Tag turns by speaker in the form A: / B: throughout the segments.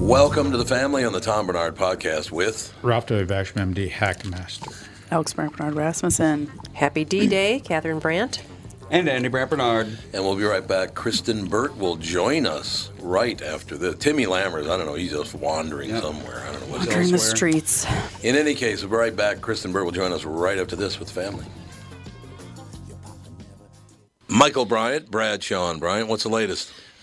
A: Welcome to the family on the Tom Bernard podcast with
B: Ralph W. Basham, MD, Hackmaster.
C: Alex Bernard Rasmussen.
D: Happy D Day, Catherine Brandt.
E: And Andy Brandt Bernard.
A: And we'll be right back. Kristen Burt will join us right after this. Timmy Lammers, I don't know, he's just wandering
E: Yep.
A: somewhere. I don't know what's
E: Wandering.
C: During the
E: elsewhere.
C: streets.
A: In any case, we'll be right back. Kristen Burt will join us right after this with the family. Michael Bryant, Brad Sean Bryant, what's the latest?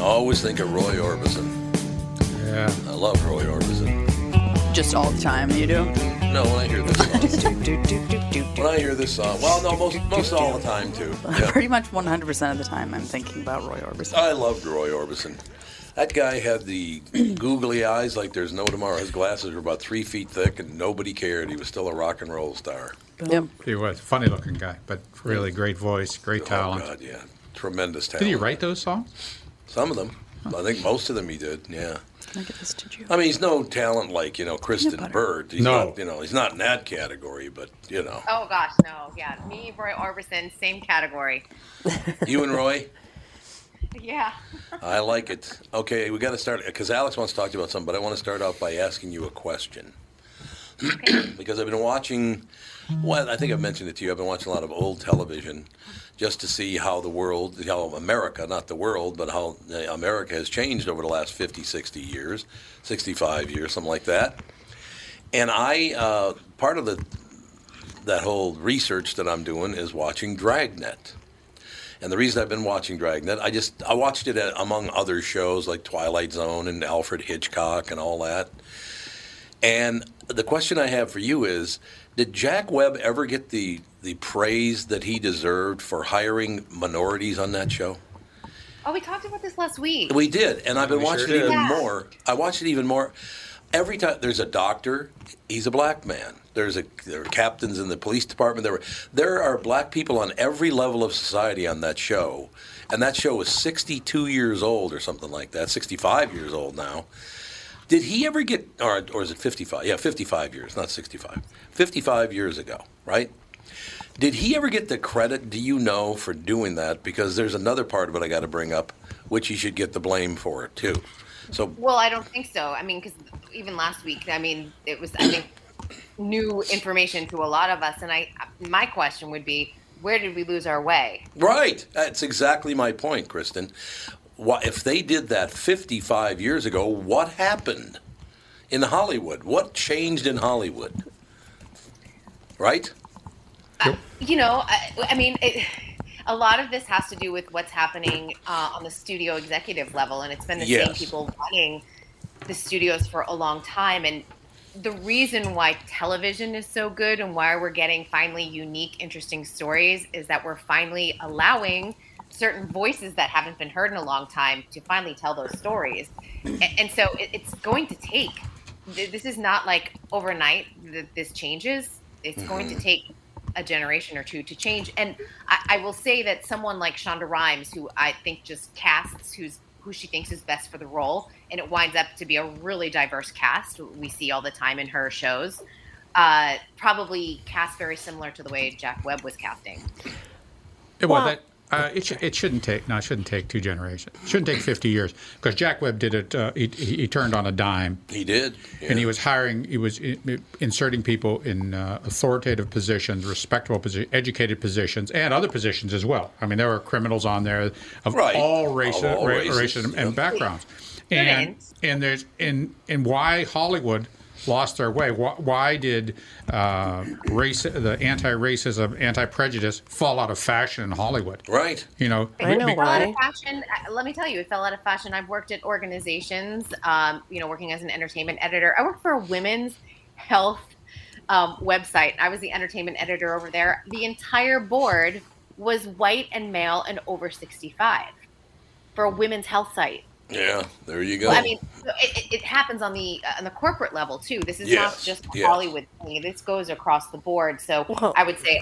A: Always think of Roy Orbison.
B: Yeah.
A: I love Roy Orbison.
C: Just all the time, you do.
A: No, when I hear this song. When
D: When
A: I hear this song, well, no, most, most all the time, too. Yeah.
C: Pretty much 100% of the time, I'm thinking about Roy Orbison.
A: I loved Roy Orbison. That guy had the googly eyes like there's no tomorrow. His glasses were about three feet thick, and nobody cared. He was still a rock and roll star.
C: Yep.
B: He was a funny looking guy, but really great voice, great talent.
A: Oh God, yeah, tremendous talent.
B: Did he write those songs?
A: some of them? I think most of them he did. Yeah.
C: Can I get this to you?
A: I mean, he's no talent like you know Kristen
C: butter.
A: Bird. He's
B: No.
A: not, you know, he's not in that category. But you know,
F: Oh gosh, no. Yeah, me, Roy Orbison, same category.
A: you and Roy,
F: Yeah.
A: I like it. Okay, we got to start because Alex wants to talk to you about something, but I want to start off by asking you a question. because I've been watching. Well, I think I've mentioned it to you. I've been watching a lot of old television, just to see how the world, how America, not the world, but how uh, America has changed over the last 50, 60 years, 65 years, something like that. And I, uh, part of the that whole research that I'm doing is watching Dragnet. And the reason I've been watching Dragnet, I just I watched it uh, among other shows like Twilight Zone and Alfred Hitchcock and all that. And the question I have for you is Did Jack Webb ever get the, the praise that he deserved for hiring minorities on that show?
F: Oh, we talked about this last week.
A: We did, and I've been
B: We sure
A: watching it
B: did.
A: even
F: Yeah.
A: more. I watched it even more. Every time there's a doctor, he's a black man. There's a there are captains in the police department. There were there are black people on every level of society on that show, and that show was 62 years old or something like that, 65 years old now. Did he ever get, or, or is it 55? Yeah, 55 years, not 65. 55 years ago, right? Did he ever get the credit, do you know, for doing that? Because there's another part of it I got to bring up, which he should get the blame for it, too. So,
F: Well, I don't think so. I mean, because even last week, I mean, it was I think new information to a lot of us. And I, my question would be, where did we lose our way?
A: right. That's exactly my point, Kristen. Why, if they did that 55 years ago, what happened in Hollywood? What changed in Hollywood? Right?
F: You know, I, I mean, it, a lot of this has to do with what's happening uh, on the studio executive level, and it's been the same
A: Yes.
F: people running the studios for a long time. And the reason why television is so good and why we're getting finally unique, interesting stories is that we're finally allowing certain voices that haven't been heard in a long time to finally tell those stories. And, and so it, it's going to take. th- This is not like overnight that this changes. It's going to take a generation or two to change. And I, I will say that someone like Shonda Rhimes, who I think just casts who's who she thinks is best for the role, and it winds up to be a really diverse cast we see all the time in her shows. Uh, probably cast very similar to the way Jack Webb was casting.
B: Yeah, well,
D: Wow.
B: that, uh, it, sh- it shouldn't take no, it shouldn't take two generations. It shouldn't take fifty years because Jack Webb did it. Uh, he, he he turned on a dime,
A: He did. yeah.
B: and he was hiring. He was i- i- inserting people in uh, authoritative positions, respectable positions, educated positions, and other positions as well. I mean, there were criminals on there of
A: Right.
B: all races,
A: Of all
B: ra-
A: races,
B: races and,
A: yeah.
B: and backgrounds.
F: Good
B: And
F: ends.
B: and there's and and why Hollywood lost their way. Why, why did uh, race the anti-racism, anti-prejudice fall out of fashion in Hollywood?
A: Right.
B: You know,
D: I know
B: be-
F: fell out
D: why.
F: of fashion. I- Let me tell you, it fell out of fashion. I've worked at organizations, um, you know, working as an entertainment editor. I worked for a women's health um, website. I was the entertainment editor over there. The entire board was white and male and over 65 for a women's health site.
A: Yeah. There you go.
F: I mean, so it, it- it happens on the uh, on the corporate level too. This is
A: Yes,
F: not just a
A: yes.
F: Hollywood thing. This goes across the board. So
D: Well-
F: I would say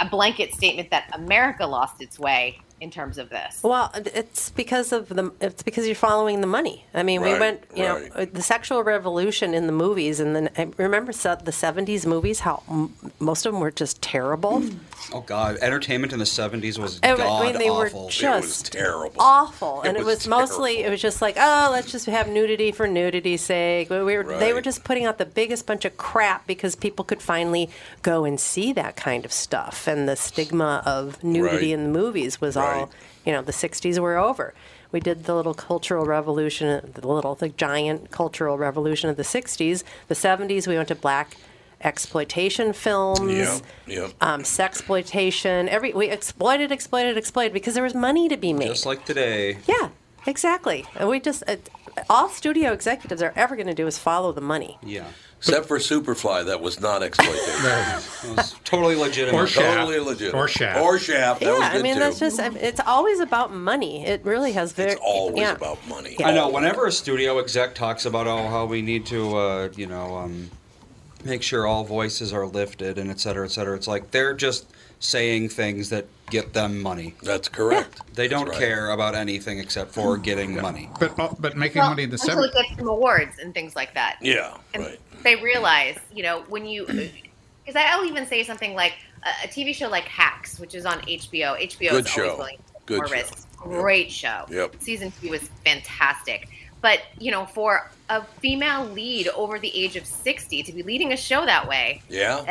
F: a blanket statement that America lost its way in terms of this.
D: Well, uh, it's because of the. It's because you're following the money. I mean, we
A: Right,
D: went. You know, uh,
A: right.
D: the sexual revolution in the movies, and then I remember so- the '70s movies. How m- most of them were just terrible,
A: Mm-hmm.
E: Oh God, entertainment in the '70s was
D: I mean,
E: god
D: they were
E: awful.
D: just-
A: it was terrible.
D: awful, and
A: It
D: it
A: was
D: was, mostly. It
A: terrible.
D: was just like, oh, let's just have nudity for nudity's sake. We we were, They were
A: Right.
D: just putting out the biggest bunch of crap because people could finally go and see that kind of stuff, and the stigma of nudity
A: Right.
D: in the movies was
A: Right.
D: all you know the 60s were over we did the little cultural revolution the little the giant cultural revolution of the 60s the 70s we went to black exploitation films
A: Yeah. Yeah.
D: um, sexploitation every we exploited exploited exploited because there was money to be made
E: Just like today,
D: yeah exactly and we just it, all studio executives are ever going to do is follow the money
E: yeah,
A: Except for Superfly, that was not exploitation.
E: it was totally legitimate.
B: Or Shaft.
A: Totally legit.
B: Or Shaft.
A: Or Shaft. That
D: yeah
A: was good
D: i mean
A: too.
D: that's just I- it's always about money it really has very
A: It's always
D: yeah.
A: about money.
E: I know. Whenever a studio exec talks about oh how we need to uh, you know um, make sure all voices are lifted and et cetera, et cetera, it's like they're just saying things that get them money.
A: That's correct.
E: They don't
A: That's right.
E: care about anything except for getting money.
B: but uh, but making
F: Well,
B: money in the
F: until
B: seventies.
F: it gets some awards and things like that.
A: Yeah.
F: And
A: Right.
F: they realize, you know, when you, because I'll even say something like a, a TV show like Hacks, which is on HBO. HBO
A: Good
F: is
A: show.
F: always willing to take
A: Good
F: more
A: show.
F: risks.
A: Yep.
F: Great show.
A: Yep.
F: Season two was fantastic. But you know, for a female lead over the age of sixty to be leading a show that way,
A: Yeah.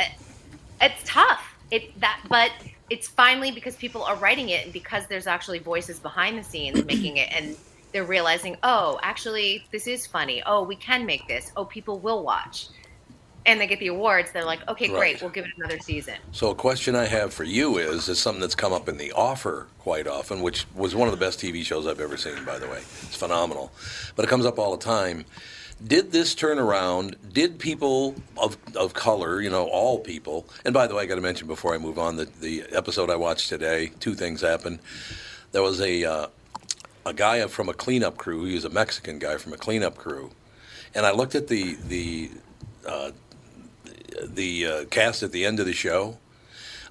F: it's tough. It that, but it's finally because people are writing it, and because there's actually voices behind the scenes making it, and they're realizing, oh, actually, this is funny. Oh, we can make this. Oh, people will watch, and they get the awards. They're like, okay, great,
A: Right.
F: we'll give it another season.
A: So a question I have for you is is something that's come up in the offer quite often, which was one of the best TV shows I've ever seen, by the way. It's phenomenal. But it comes up all the time. Did this turn around? Did people of, of color, you know, all people, and by the way, I got to mention before I move on that the episode I watched today, two things happened. There was a uh, a guy from a cleanup crew. He was a Mexican guy from a cleanup crew, and I looked at the the uh, the uh, cast at the end of the show.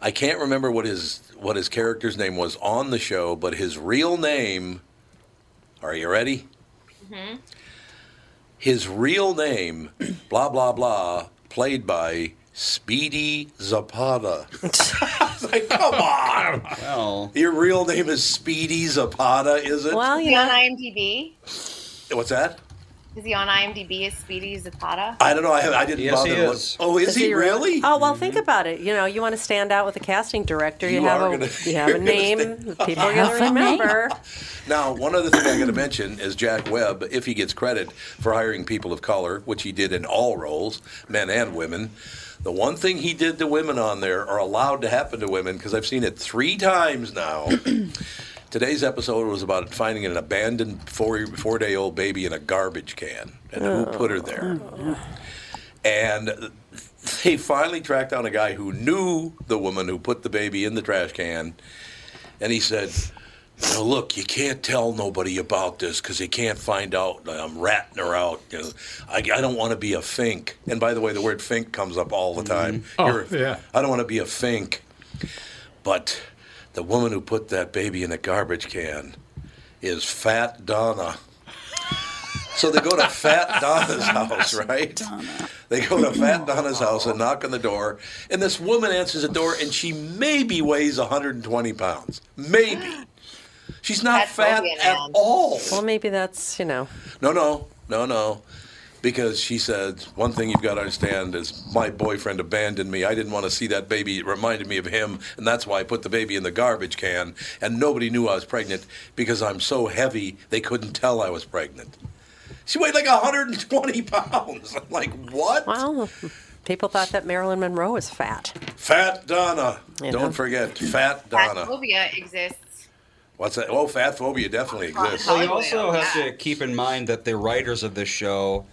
A: I can't remember what his what his character's name was on the show, but his real name. Are you ready? Mm-hmm. His real name, blah blah blah, played by Speedy Zapata. It's like, come on.
E: Well,
A: Your real name is Speedy Zapata, is it?
D: Well,
F: Is
D: you
F: he on
D: know,
F: IMDb?
A: What's that?
F: Is he on IMDb as Speedy Zapata?
A: I don't know. I, I didn't
E: Yes,
A: bother
E: he
A: to look.
E: is.
A: Oh, is,
D: Is
A: he,
D: he
A: really? Mm-hmm.
D: oh well, think about it. You know, you want to stand out with a casting director. You,
A: You
D: have
A: are
D: a
A: gonna-
D: you have a
A: you're gonna
D: name.
A: stand-
D: that People are going to remember.
A: Now, one other thing I got to mention is Jack Webb, if he gets credit for hiring people of color, which he did in all roles, men and women, the one thing he did to women on there or allowed to happen to women, because I've seen it three times now. Today's episode was about finding an abandoned four four day old baby in a garbage can and who put her there. And they finally tracked down a guy who knew the woman who put the baby in the trash can, and he said, now look, you can't tell nobody about this because they can't find out that I'm ratting her out. You know, I, I don't want to be a fink. And by the way, the word fink comes up all the time.
B: Oh,
A: You're a-
B: yeah.
A: I don't want to be a fink. But the woman who put that baby in the garbage can is Fat Donna. So they go to Fat Donna's house, right? They go to Fat Donna's house and knock on the door, and this woman answers the door, and she maybe weighs 120 pounds, maybe. She's not
F: That's
A: fat
F: Logan,
A: at
F: man.
A: all.
D: Well, maybe that's you know.
A: No, no, no, no. Because she said, one thing you've got to understand is my boyfriend abandoned me. I didn't want to see that baby. It reminded me of him. And that's why I put the baby in the garbage can. And nobody knew I was pregnant because I'm so heavy, they couldn't tell I was pregnant. She weighed like 120 pounds. I'm like, what?
D: Well, people thought that Marilyn Monroe was fat.
A: Fat Donna.
D: You know.
A: Don't forget, Fat
F: That
A: Donna.
F: phobia exists.
A: What's that? Oh, fat phobia definitely exists.
F: Well,
E: you also have to keep in mind that the writers of this show,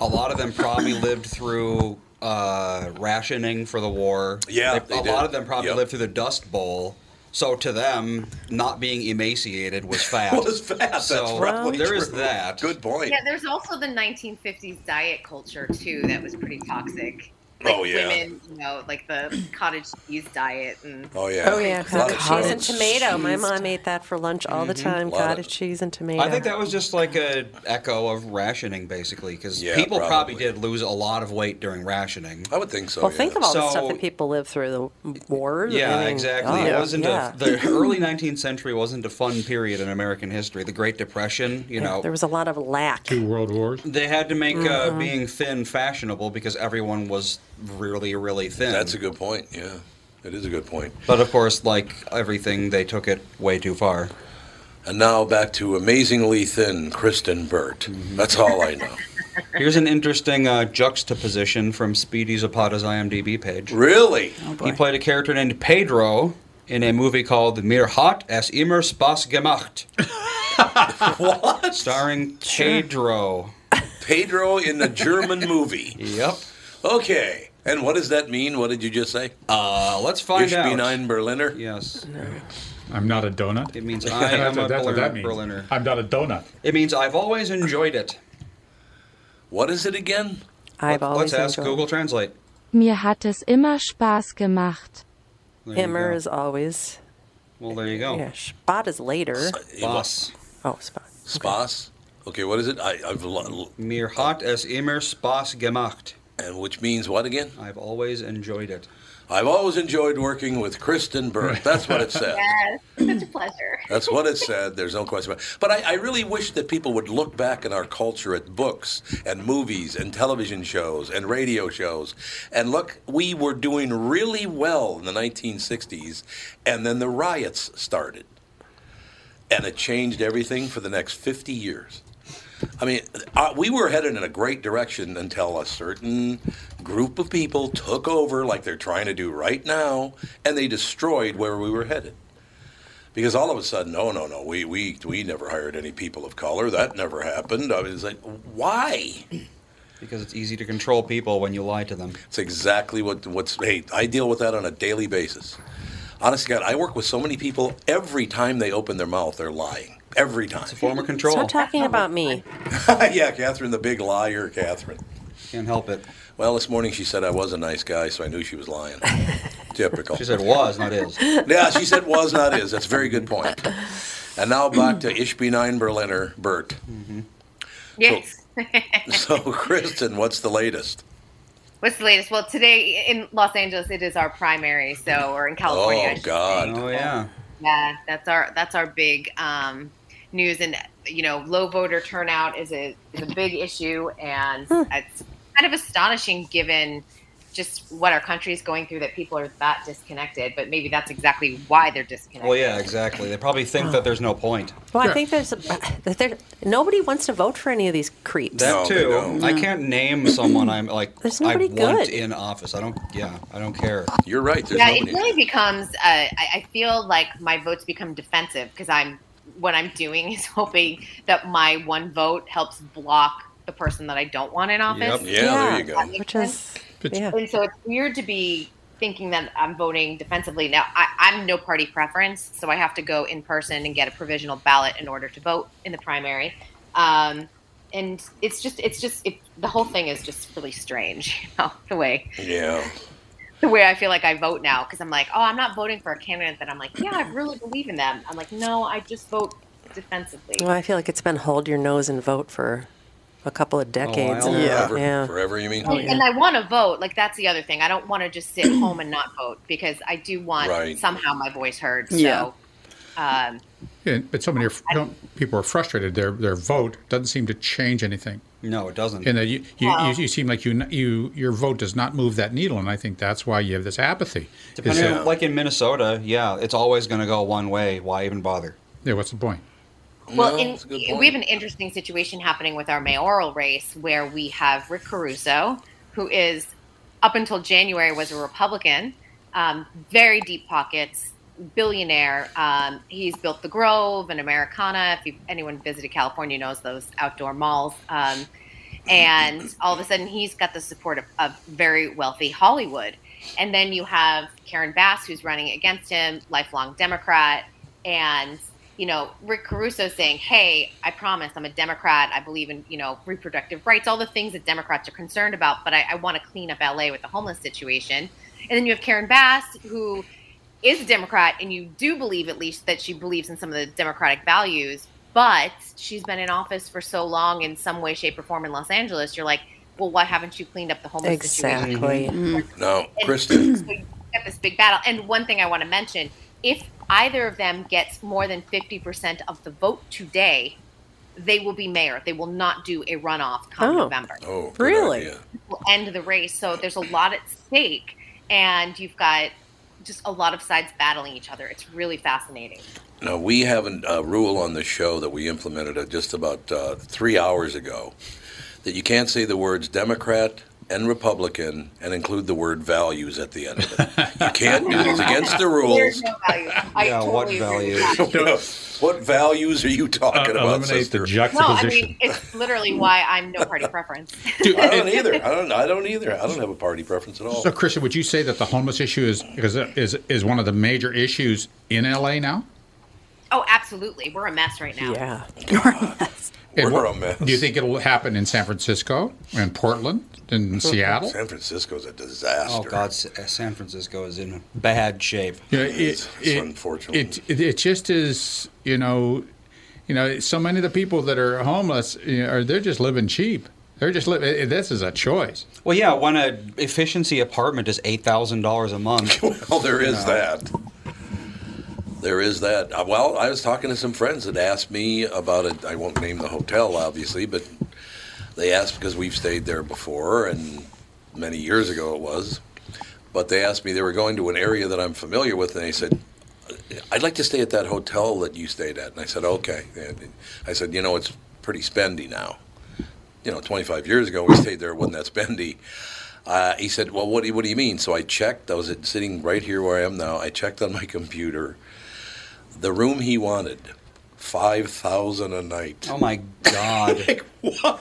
E: a lot of them probably lived through uh, rationing for the war.
A: Yeah,
E: They-
A: they
E: a
A: did.
E: lot of them probably
A: Yep.
E: lived through the Dust Bowl. So to them, not being emaciated was fat.
A: Was fat. That's
E: So
A: probably
E: there is
A: true.
E: that.
A: Good point.
F: Yeah, there's also the 1950s diet culture too that was pretty toxic. Like
A: Oh, yeah.
F: women, you know, like the cottage cheese diet and
A: Oh, yeah.
D: Oh yeah,
A: A lot
D: cottage
A: of
D: cheese and
A: drugs.
D: tomato. My mom ate that for lunch all the time.
A: Lot of-
D: Cottage cheese and tomato.
E: I think that was just like a echo of rationing, basically, because
A: Yeah,
E: people
A: probably.
E: probably. did lose a lot of weight during rationing.
A: I would think so.
D: Well,
A: yeah.
D: think of all the
E: So-
D: stuff that people live through the war. I
E: Yeah,
D: mean,
E: exactly.
D: oh,
E: it wasn't
D: yeah.
E: a, the early 19th century wasn't a fun period in American history. The Great Depression, you know,
D: there Mm-hmm. was a lot of lack.
B: Two world wars.
E: they had to make uh, being thin fashionable because everyone was really, really thin.
A: That's a good point. Yeah, it is a good point.
E: But of course, like everything, they took it way too far.
A: And now back to amazingly thin Kristen Burt.
E: Mm-hmm.
A: That's all I know.
E: Here's an interesting uh, juxtaposition from Speedy Zapata's IMDb page.
D: Oh,
A: really?
E: He played a character named Pedro in a movie called Mir hat es immer Spaß gemacht,
A: What?
E: starring Pedro.
A: Pedro in a German movie.
E: Yep.
A: Okay. And what does that mean? What did you just say?
E: Uh, let's find
A: you should
E: out.
A: be nine Berliner.
E: Yes.
B: I'm not a donut.
E: It means I
B: that's
E: am
B: what,
E: a
B: that's what that
E: Berliner,
B: means.
E: Berliner.
B: I'm not a donut.
E: It means I've always enjoyed it.
A: What is it again?
D: I've always
E: Let's ask
D: enjoyed-
E: Google Translate.
G: Mir hat es immer Spaß gemacht.
E: There you
D: Immer
E: go.
D: is always.
E: Well, there you go.
D: Yeah, spot is later.
E: Boss.
D: Oh, spot.
A: Spas. Okay, what is it? I, I've lo-
E: Mir hat es immer Spaß gemacht.
A: and which means what again?
E: I've always enjoyed it.
A: I've always enjoyed working with Kristen Burt. That's what it said.
F: yes, such a pleasure.
A: That's what it said. There's no question about it. But I, I really wish that people would look back in our culture at books and movies and television shows and radio shows and look, we were doing really well in the 1960s, and then the riots started. And it changed everything for the next 50 years. I mean, uh, we were headed in a great direction until a certain group of people took over, like they're trying to do right now, and they destroyed where we were headed. Because all of a sudden, no, no, no, we, we, we never hired any people of color. That never happened. I mean, it's like, why?
E: Because it's easy to control people when you lie to them.
A: It's exactly what, what's, hey, I deal with that on a daily basis. Honest to God, I work with so many people, every time they open their mouth, they're lying. Every time.
E: Form of control.
D: Stop talking about me.
A: yeah, Catherine, the big liar, Catherine.
E: Can't help it.
A: Well, this morning she said I was a nice guy, so I knew she was lying. Typical.
E: She said was, not is.
A: yeah, she said was, not is. That's a very good point. And now back to Ishby Nine Berliner, Bert.
F: Yes.
A: So, Kristen, what's the latest?
F: What's the latest? Well, today in Los Angeles, it is our primary. So, or in California. I
A: Oh
F: should
A: God!
E: Oh yeah.
F: Yeah, that's our that's our big um, news, and you know, low voter turnout is a is a big issue, and it's kind of astonishing given just what our country is going through that people are that disconnected. But maybe that's exactly why they're disconnected.
E: Well, yeah, exactly. They probably think that there's no point.
D: Well, I think there's a, that there nobody wants to vote for any of these creeps.
E: That
A: No, they
E: too.
A: don't.
E: I can't name someone I'm like.
D: There's
E: I
D: nobody
E: want
D: good.
E: in office. I don't. Yeah, I don't care.
A: You're right. There's
F: yeah,
A: nobody.
F: it really becomes. Uh, I, I feel like my votes become defensive because I'm what I'm doing is hoping that my one vote helps block the person that I don't want in office.
A: yeah, there you go.
F: That makes
D: Which
F: sense.
D: is
B: It's-
D: yeah.
F: And so it's weird to be thinking that I'm voting defensively. Now, I, I'm no party preference, so I have to go in person and get a provisional ballot in order to vote in the primary. Um, and it's just, it's just, it, the whole thing is just really strange, you know, the way,
A: Yeah.
F: the way I feel like I vote now. Cause I'm like, oh, I'm not voting for a candidate that I'm like, yeah, I really believe in them. I'm like, no, I just vote defensively.
D: Well, I feel like it's been hold your nose and vote for a couple of decades.
E: while.
D: and-
C: Yeah.
A: Forever.
D: Yeah.
A: Forever. You mean?
F: And, and I want to vote. Like that's the other thing. I don't want to just sit home and not vote because I do want
A: Right.
F: somehow my voice heard. So,
C: Yeah.
F: um,
B: Yeah, but so many are, don't, people are frustrated. Their their vote doesn't seem to change anything,
E: No, it doesn't.
B: and that you, you, you, you seem like you n- you your vote does not move that needle. And I think that's why you have this apathy. Is
E: Depending
B: that-
E: on- like in Minnesota, yeah, it's always going to go one way. Why even bother?
B: yeah, what's the point?
F: well,
A: No,
F: in-
A: that's a good point.
F: we have an interesting situation happening with our mayoral race where we have Rick Caruso, who is up until January was a Republican, um, very deep pockets, billionaire. Um, he's built the Grove and Americana. If you, anyone visited California knows those outdoor malls. Um, and all of a sudden he's got the support of, of very wealthy Hollywood. And then you have Karen Bass, who's running against him, lifelong Democrat, and you know Rick Caruso saying, "Hey, I promise, I'm a Democrat. I believe in you know reproductive rights, all the things that Democrats are concerned about. But I, I want to clean up LA with the homeless situation." And then you have Karen Bass, who is a Democrat, and you do believe at least that she believes in some of the democratic values, but she's been in office for so long in some way, shape, or form in Los Angeles, you're like, well, why haven't you cleaned up the homeless situation?
D: Exactly.
A: No,
F: And
A: Kristen.
F: so you get this big battle. And one thing I want to mention if either of them gets more than 50% of the vote today, they will be mayor. They will not do a runoff come
D: Oh.
F: November
A: Oh, good
D: Really?
A: idea.
F: will end the race. So there's a lot at stake, and you've got just a lot of sides battling each other. It's really fascinating.
A: Now, we have an- a rule on the show that we implemented uh, just about uh, three hours ago that you can't say the words Democrat and Republican and include the word values at the end of it. You can't do it. It's against the
F: There's
A: rules.
F: no value. I
E: Yeah,
F: totally
E: what
F: agree with
E: value?
F: that.
A: what values are you talking about,
B: Uh, eliminate
A: sister?
B: the
F: No, I
B: juxtaposition.
F: mean it's literally why I'm no party preference.
A: I don't either. I don't. I don't either. I don't have a party preference at all.
B: so, Christian, would you say that the homeless issue is is is, is one of the major issues in LA now?
F: oh, absolutely, we're a mess right now.
D: Yeah.
B: And
A: We're
B: what-
A: a mess.
B: Do you think it'll happen in San Francisco and Portland and Seattle?
A: San Francisco's a disaster?
E: Oh God, S- San Francisco is in bad shape.
B: You know,
A: It's-
B: it,
A: it's
B: it-
A: unfortunate.
B: It, it, it just is, you know, you know, so many of the people that are homeless you know, are they're just living cheap. They're just living. This is a choice.
E: Well, yeah, when a efficiency apartment is eight thousand dollars a month,
A: Well, there is that. There is that. Uh, Well, I was talking to some friends that asked me about it. I won't name the hotel, obviously, but they asked because we've stayed there before, and many years ago it was. But they asked me they were going to an area that I'm familiar with, and they said, "I'd like to stay at that hotel that you stayed at." And I said, "Okay." And I said, "You know, it's pretty spendy now. You know, 25 years ago we stayed there, it wasn't that spendy." Uh, he said, "Well, what do you, what do you mean?" So I checked. I was at- sitting right here where I am now. I checked on my computer. The room he wanted, five thousand a night.
E: oh my God,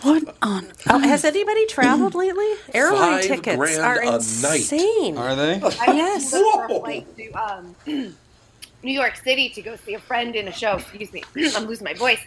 D: Oh, has anybody traveled lately? Airline
A: Five
D: tickets
A: grand
D: are
A: a night.
D: insane.
E: are they?
F: I
D: Yes.
F: yes. looked for a flight to um, New York City to go see a friend in a show. Excuse me, I'm losing my voice.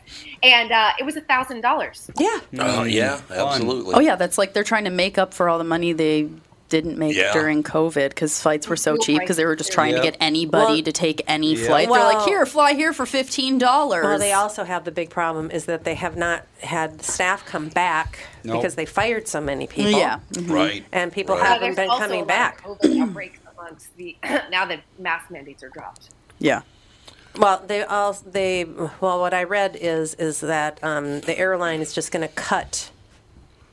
F: And uh, it was a thousand dollars.
D: Yeah.
A: Oh yeah, absolutely.
C: Oh yeah, that's like they're trying to make up for all the money they didn't make
A: Yeah.
C: during COVID because flights were so cheap because they were just trying to
A: Yep.
C: get anybody
D: Well-
C: to take any
D: Yeah.
C: flight. They're
D: Well-
C: like, here, fly here for fifteen dollars.
D: Well, they also have the big problem is that they have not had staff come back
C: Nope.
D: because they fired so many people.
C: Yeah. Mhm.
A: Right,
D: Mm-hmm. And people
A: right.
D: haven't
F: There's
D: been
F: also a
D: coming
F: lot
D: back.
F: of COVID outbreaks amongst the now that mask mandates are dropped.
C: Yeah.
D: Well, they all they well, what I read is is that um, the airline is just going to cut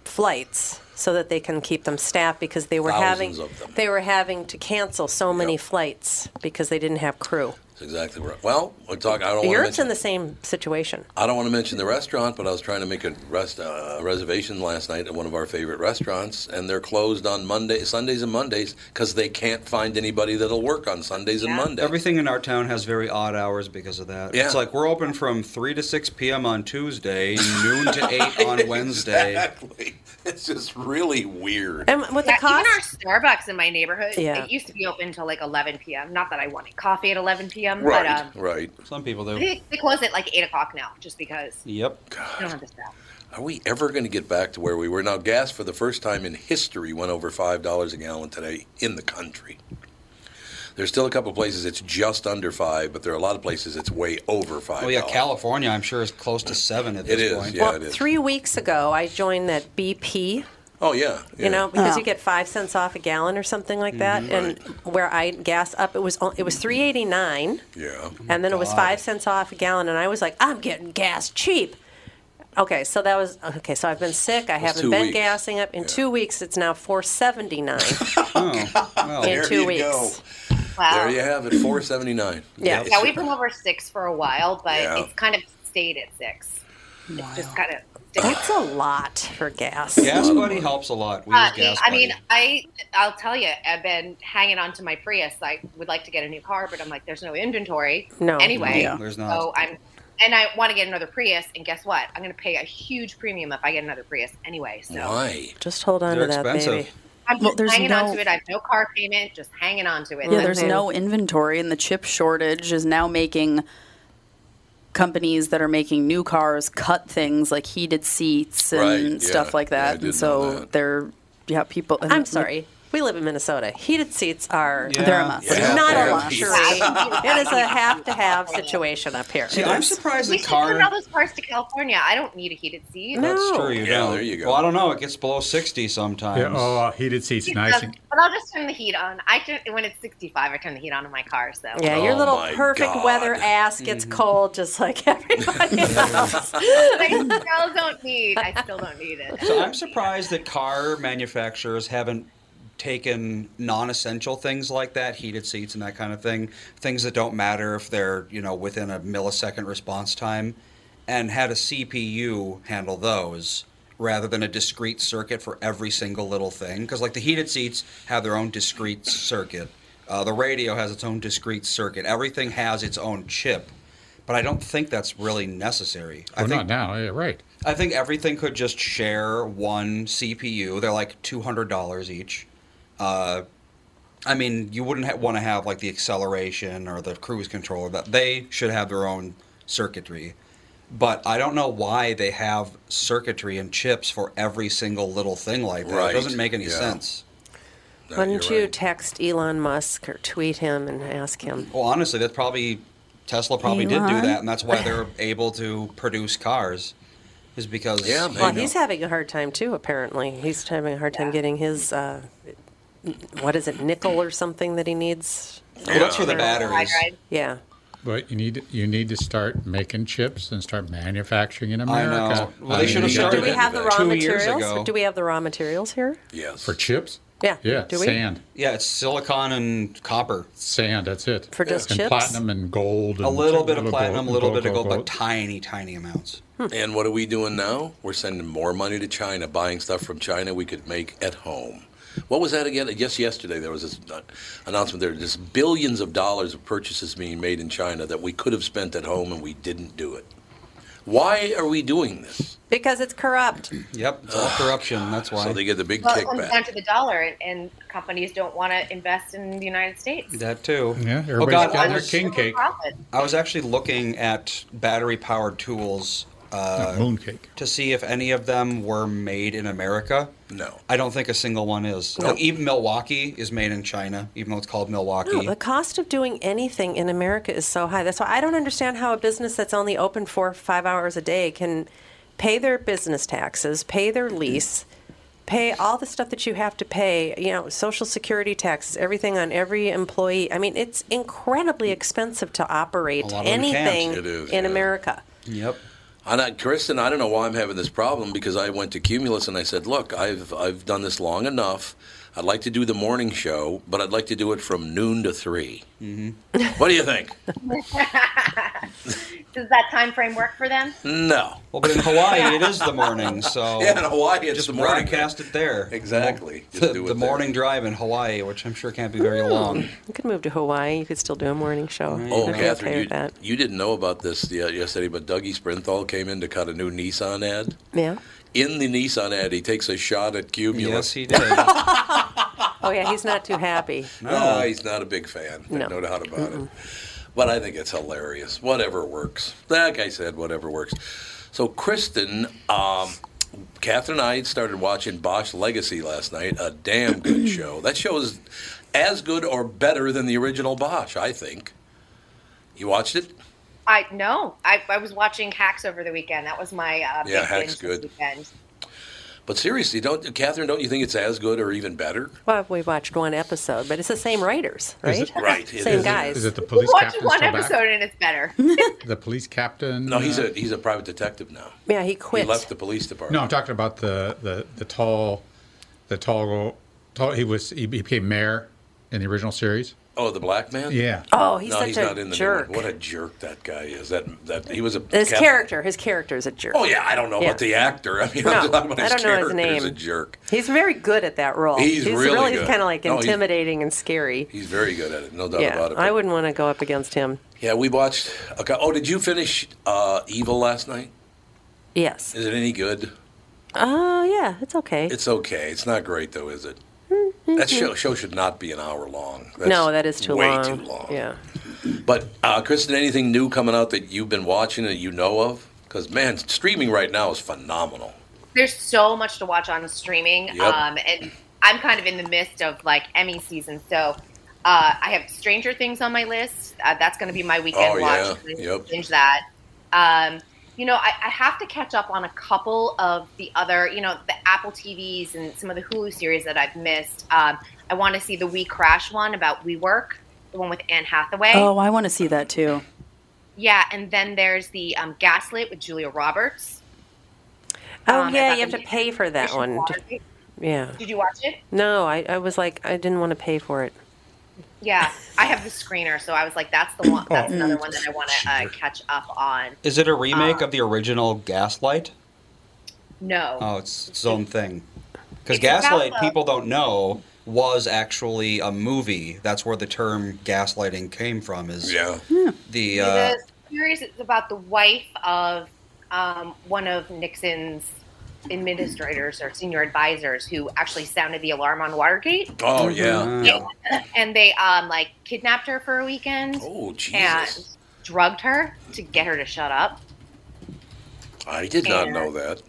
D: flights so that they can keep them staffed because they were
A: Thousands
D: having
A: of them.
D: they were having to cancel so many flights because they didn't have crew.
A: That's exactly right. Well, uh, we're talking. I don't want to
D: Europe's
A: mention.
D: in the same situation.
A: I don't want to mention the restaurant, but I was trying to make a rest uh, reservation last night at one of our favorite restaurants, and they're closed on Monday, Sundays and Mondays because they can't find anybody that'll work on Sundays and Mondays.
E: Everything in our town has very odd hours because of that.
A: Yeah.
E: It's like we're open from 3 to 6 p.m. on Tuesday, noon to 8 on Wednesday.
A: Exactly. It's just really weird.
D: And with
F: yeah, even our Starbucks in my neighborhood,
A: Yeah.
F: it used to be open until like 11 p.m. Not that I wanted coffee at 11 p.m.,
A: right,
F: but um,
A: right.
E: Some people
F: they, they close at like 8 o'clock now, just because
E: Yep.
F: they don't have the staff.
A: Are we ever going to get back to where we were? Now, gas for the first time in history went over five dollars a gallon today in the country. There's still a couple places it's just under five, but there are a lot of places it's way over five.
E: Oh, yeah, California, I'm sure, is close to 7 at
A: It
E: this
A: is,
E: point.
A: yeah, Well, it is.
D: Three weeks ago, I joined that BP.
A: Oh yeah,
D: You know, because
A: Oh.
D: you get five cents off a gallon or something like that,
A: Mhm.
D: and where I gas up, it was on- it was three eighty nine,
A: Yeah.
D: and then it was five cents off a gallon, and I was like, I'm getting gas cheap. Okay, so that was okay. So I've been sick. I
A: That's
D: haven't
A: two
D: been
A: weeks.
D: gassing up in two weeks. It's now four seventy nine.
A: Well,
D: in
A: there
D: two
A: you
D: weeks.
A: go.
F: Wow.
A: There you have it, four seventy nine.
F: Yeah, yeah, we've been over six for a while, but
A: Yeah.
F: it's kind of stayed at six. It's just kind of.
D: That's a lot for gas.
E: Gas Buddy helps a lot. We
F: Uh,
E: use Gas
F: I
E: Buddy.
F: mean, I I'll tell you, I've been hanging on to my Prius. I would like to get a new car, but I'm like, there's no inventory.
D: No.
F: Anyway,
D: Yeah. There's not.
F: So I'm, and I want to get another Prius, and guess what? I'm going to pay a huge premium if I get another Prius anyway. So
D: Just hold on
E: They're
D: to that,
E: expensive.
D: baby.
F: I'm just
C: Well, there's
F: hanging
C: no-
F: on to it. I have no car payment. Just hanging on to it.
C: Yeah, there's no inventory, and the chip shortage is now making companies that are making new cars cut things like heated seats and
D: Right, yeah,
C: stuff like
D: yeah, I
C: that.
D: did know
C: and so they're yeah, people.
D: I'm sorry. We live in Minnesota. Heated seats are
C: Yeah. They're a must.
D: It's
C: Yeah,
D: not
C: they're
D: a
C: a
D: luxury.
F: must.
D: it is a have-to-have situation up here.
E: See, I'm surprised
F: We
E: the
F: should send all
E: car.
F: those cars to California. I don't need a heated seat.
E: That's true. You
A: Yeah,
E: don't.
A: there you go.
E: Well, I don't know. It gets below 60 sometimes.
B: Yeah, oh, uh, heated seats,
F: It
B: nice.
F: doesn't- But I'll just turn the heat on. I turn when it's 65. I turn the heat on in my car. So
D: Yeah,
E: Oh,
A: Oh
D: your little perfect weather ass gets cold just like everybody else.
F: I still don't need. I still don't need it.
E: So I'm surprised that car manufacturers haven't taken non-essential things like that, heated seats and that kind of thing, things that don't matter if they're you know within a millisecond response time, and had a CPU handle those rather than a discrete circuit for every single little thing. Because like the heated seats have their own discrete circuit, uh, the radio has its own discrete circuit, everything has its own chip. But I don't think that's really necessary. I
B: Well,
E: think
B: not now. Yeah, right.
E: I think everything could just share one CPU. They're like two hundred dollars each. Uh, I mean, you wouldn't ha- want to have like the acceleration or the cruise control. or That they should have their own circuitry. But I don't know why they have circuitry and chips for every single little thing like that.
A: Right.
E: It doesn't make any
A: Yeah.
E: sense.
D: Wouldn't you text Elon Musk or tweet him and ask him?
E: Well, honestly, that's probably Tesla probably did do
D: Elon?
E: that, and that's why they're able to produce cars, is because yeah,
D: Well, he's having a hard time too. Apparently, he's having a hard time getting his uh, n- what is it, nickel or something that he needs.
E: Well, that's for the batteries.
D: Yeah.
B: But you need you need to start making chips and start manufacturing in
E: I know.
B: America.
E: Well, they
B: mean,
E: should have
B: you
E: started
D: Do
B: gotta
D: we
B: do
D: have the
B: that.
D: raw materials? Do we have the raw materials here?
A: Yes.
B: For chips?
D: Yeah.
B: Yeah.
D: Do we?
B: Sand.
E: Yeah, it's silicon and copper.
B: Sand. That's it.
D: For just
B: and
D: chips?
B: platinum and gold.
E: A
B: and-
E: little bit of platinum, a little bit of
A: gold,
E: gold, but
A: gold.
E: tiny, tiny amounts.
A: And what are we doing now? We're sending more money to China, buying stuff from China we could make at home. What was that again? Just yesterday there was this uh, announcement. There are just billions of dollars of purchases being made in China that we could have spent at home and we didn't do it. Why are we doing this?
D: Because it's corrupt.
E: Yep, it's all corruption. That's why.
A: So they get the big
F: Well, it comes down
A: kickback.
F: to the dollar, and, and companies don't want to invest in the United States.
E: That too.
B: Yeah,
E: oh
B: everybody's
E: God,
B: got
E: I
B: their
E: was,
B: king cake.
F: Profit.
E: I was actually looking at battery powered tools uh,
B: mooncake
E: to see if any of them were made in America.
A: No,
E: I don't think a single one is. Oh,
D: No.
E: Even Milwaukee is made in China, even though it's called Milwaukee.
F: Oh,
D: No, the cost of doing anything in America is so high. That's why I don't understand how a business that's only open four or five hours a day can pay their business taxes, pay their lease, pay all the stuff that you have to pay, you know, social security taxes, everything on every employee. I mean, it's incredibly expensive to operate
A: A lot of them can't.
D: anything
A: It is,
D: in
A: yeah.
D: America.
E: Yep.
A: And I, Kristen, I don't know why I'm having this problem because I went to Cumulus and I said, "Look, I've I've done this long enough. I'd like to do the morning show, but I'd like to do it from noon to 3. What do you think?
F: Does that time frame work for them?
A: No.
E: Well, but in Hawaii, it is the morning, so
A: Yeah, in Hawaii, it's
E: just
A: the morning.
E: broadcast it there.
A: Exactly.
E: The, the morning drive in Hawaii, which I'm sure can't be very long.
D: You could move to Hawaii. You could still do a morning show.
A: Oh,
D: I'd be
A: Catherine,
D: okay
A: you,
D: with that.
A: you didn't know about this yeah, yesterday, but Dougie Sprinthal came in to cut a new Nissan ad.
D: Yeah.
A: In the Nissan ad, he takes a shot at
E: Yes,
A: Cumulus.
E: he did.
D: Oh, yeah, he's not too happy.
A: No, Ah, he's not a big fan. No,
D: No.
A: doubt about it. But I think it's hilarious. Whatever works. Like I said, whatever works. So Kristen, um, Catherine and I started watching Bosch Legacy last night. A damn good show. That show is as good or better than the original Bosch, I think. You watched it?
F: I no. I, I was watching Hacks over the weekend. That was my uh,
A: Yeah,
F: big
A: Hacks
F: binge
A: good.
F: this Weekend.
A: But seriously, don't Catherine, don't you think it's as good or even better?
D: Well, we watched one episode, but it's the same writers, right?
B: it-
A: Right, it
D: same
A: is.
D: guys.
B: Is it the police
F: Watch
B: captain
F: one
B: still
F: episode and it's better.
B: back? The police captain?
A: No, he's
B: uh,
A: a he's a private detective now.
D: yeah, he quit.
A: He left the police department.
B: No, I'm talking about the the, the tall, the tall, tall. He was he became mayor in the original series.
A: Oh, the black man?
B: Yeah.
D: oh, he's
A: no,
D: such
A: he's
D: a
A: not in the new one.
D: jerk.
A: What a jerk that guy is. That that he was a
D: his
A: cap-
D: character, his character is a jerk.
A: Oh yeah, I don't know
D: Yeah.
A: about the actor. I mean,
D: No,
A: I'm talking about
D: I
A: his
D: don't know his
A: character. He's a
D: name.
A: jerk.
D: He's very good at that role.
A: He's really good.
D: kind of like
A: No, he's-
D: intimidating and scary.
A: He's very good at it, no doubt
D: Yeah,
A: about it.
D: I
A: but-
D: wouldn't want to go up against him.
A: Yeah, we watched. Okay. Oh, did you finish uh, Evil last night?
D: Yes.
A: Is it any good?
D: Oh, yeah, it's okay.
A: It's okay. It's not great though, is it? That show show should not be an hour long. That's
D: Mm-hmm. no, that is too
A: way
D: long.
A: too long.
D: Yeah.
A: But uh, Kristen, anything new coming out that you've been watching that you know of? Because man, streaming right now is phenomenal.
F: There's so much to watch on streaming,
A: Yep.
F: um, and I'm kind of in the midst of like Emmy season, so. Uh, I have Stranger Things on my list. Uh, that's going to be my weekend
A: Oh,
F: watch.
A: yeah.
F: I'm gonna
A: Yep.
F: Binge that. Um, you know, I, I have to catch up on a couple of the other, you know, the Apple TVs and some of the Hulu series that I've missed. Um, I want to see the We Crash one about WeWork, the one with Anne Hathaway.
C: Oh, I want to see that too.
F: Yeah, and then there's the um, Gaslit with Julia Roberts.
D: Oh,
F: Um,
D: yeah,
F: about
D: you have
F: the
D: to pay for that
F: Christian
D: one.
F: Watergate.
D: Yeah.
F: Did you watch it?
D: No, I, I was like, I didn't want to pay for it.
F: Yeah, I have the screener, so I was like, that's the one. That's
B: Oh.
F: another one that I want to uh, catch up on.
E: Is it a remake of the original Gaslight?
F: No.
E: Oh, it's its own thing. Because
F: It's about
E: Gaslight,
F: the-
E: people don't know, was actually a movie. That's where the term gaslighting came from. Is
A: Yeah.
E: the uh,
F: the series is about the wife of um, one of Nixon's administrators or senior advisors who actually sounded the alarm on Watergate,
A: Oh yeah.
D: Mm-hmm.
E: Yeah.
F: and they um, like kidnapped her for a weekend
A: Oh Jesus.
F: and drugged her to get her to shut up.
A: I did not
F: And-
A: know that.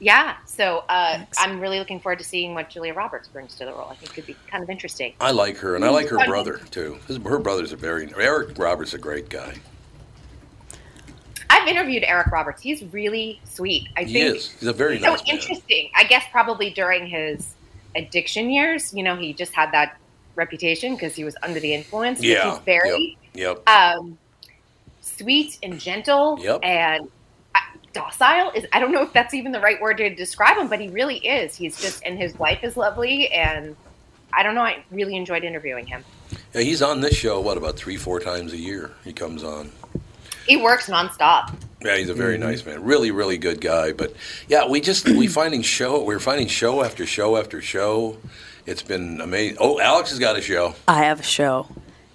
F: Yeah, so uh, I'm really looking forward to seeing what Julia Roberts brings to the role. I think it could be kind of interesting.
A: I like her, and I like her
F: Funny.
A: brother too. His, her brother's a very Eric Roberts, a great guy.
F: I've interviewed Eric Roberts. He's really sweet. I
A: He
F: think
A: is. He's a very
F: he's
A: nice
F: so
A: man.
F: interesting. I guess probably during his addiction years, you know, he just had that reputation because he was under the influence. but
A: Yeah.
F: he's very
A: Yep.
F: um, sweet and gentle
A: Yep.
F: and uh, docile. Is I don't know if that's even the right word to describe him, but he really is. He's just and his wife is lovely and. I don't know. I really enjoyed interviewing him.
A: Yeah, he's on this show. What about three, four times a year? He comes on.
F: He works nonstop.
A: Yeah, he's a very nice man. Really, really good guy. But yeah, we just we finding show. We're finding show after show after show. It's been amazing. Oh, Alex has got a show.
C: I have a show.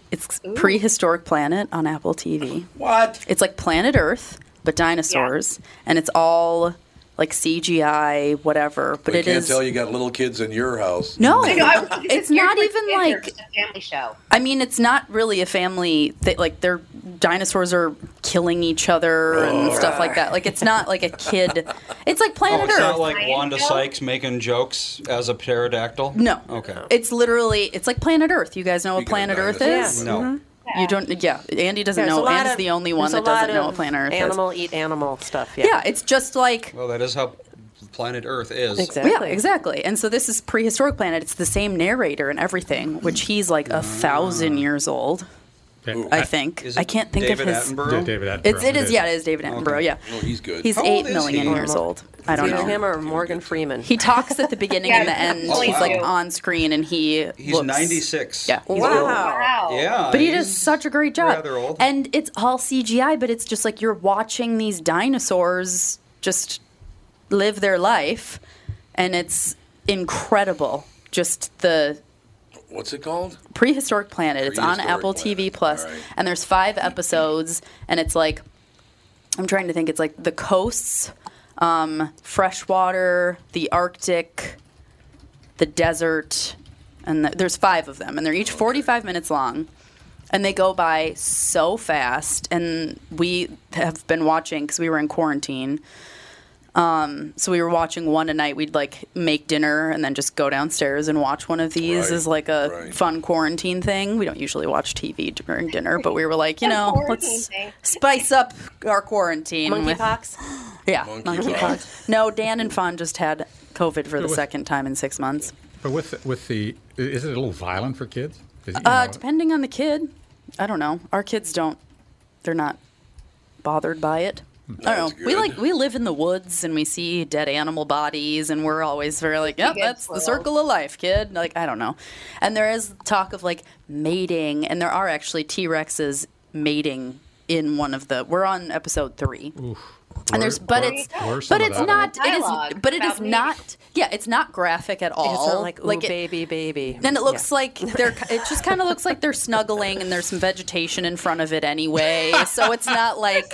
C: It's Prehistoric Planet on Apple TV.
A: What?
C: It's like Planet Earth, but dinosaurs, and it's all like CGI, whatever. But
A: we
C: it
A: can't
C: is-
A: tell you got little kids in your house.
C: no,
F: I know, I was-
C: it's not
F: Here's
C: even
F: my kids, they're
C: like
F: just a family show.
C: I mean, it's not really a family. Th- like their dinosaurs are killing each other and stuff like that. Like it's not like a kid. It's
E: Oh,
C: like Planet
E: it's
C: Earth.
E: not like Wanda Sykes making jokes as a pterodactyl.
C: No.
E: Okay.
C: It's literally it's like Planet Earth. You guys know what Planet Earth is?
E: No.
C: You don't. Yeah, Andy doesn't
D: There's a
C: know.
D: lot
C: Andy's
D: of-
C: the only one
D: there's a
C: that doesn't
D: lot
C: know
D: of
C: what Planet Earth
D: Animal
C: is.
D: eat animal stuff.
C: Yeah. it's just like
E: Well, that is how planet Earth is.
C: Yeah, exactly. And so this is prehistoric planet. It's the same narrator and everything, which he's like a
A: Ah.
C: thousand years old. I think. I can't think
A: David
C: of his.
A: Attenborough? Yeah, David
C: It's, it
A: Attenborough.
C: is. Yeah, it is David Attenborough.
A: Okay.
C: Yeah.
A: Oh, he's good.
C: He's
A: How
C: eight
A: old is
C: million
A: he?
C: years old. I don't
D: Either
C: know.
D: him or Morgan Freeman.
C: He talks at the beginning and the
D: Yeah,
C: end.
D: oh,
C: He's like
D: wow.
C: on screen and he.
E: He's
C: looks-
E: 96.
C: Yeah. he's old.
D: Wow.
E: Yeah.
C: But he
E: he's-
C: does such a great job.
E: rather old.
C: And it's all CGI, but it's just like you're watching these dinosaurs just live their life. And it's incredible. Just the
A: What's it called?
C: prehistoric planet. It's on
A: Prehistoric
C: Apple TV Plus, and there's five episodes, and it's like I'm trying to think. It's like the coasts, um, freshwater, the Arctic, the desert, and the, there's five of them, and they're each 45 minutes long. And they go by so fast, and we have been watching because we were in quarantine. Um, so we were watching one a night. We'd like make dinner and then just go downstairs and watch one of these
H: Right,
C: as like a fun quarantine thing. We don't usually watch TV during dinner, but we were like, you
H: A
C: know,
H: quarantine
C: let's
H: thing.
C: spice up our quarantine. with- Yeah,
B: Monkeypox.
C: monkeypox. No, Dan and Fawn just had COVID for
B: It
C: the
B: was-
C: second time in six months.
B: But with with the is it a little violent for kids? 'Cause, you
C: Uh,
B: know,
C: depending on the kid, I don't know. Our kids don't; they're not bothered by it. I don't know. We
B: good.
C: like we live in the woods and we see dead animal bodies, and we're always very like,
H: That's
C: "Yep,
H: the
C: that's
H: kids'
C: the circle of life, kid." Like I don't know. And there is talk of like mating, and there are actually T Rexes mating in one of the. We're on episode three. And there's, but
H: Where-
C: it's,
H: where- where's
C: but
H: some of
C: it's
H: that?
C: not, it is,
H: Dialogue
C: but it is
H: about mating.
C: not, yeah, it's not graphic at all.
D: It's not like, ooh,
C: it-
D: baby, baby.
C: then it looks like they're. It just kind of looks like they're snuggling, and there's some vegetation in front of it anyway. So it's not like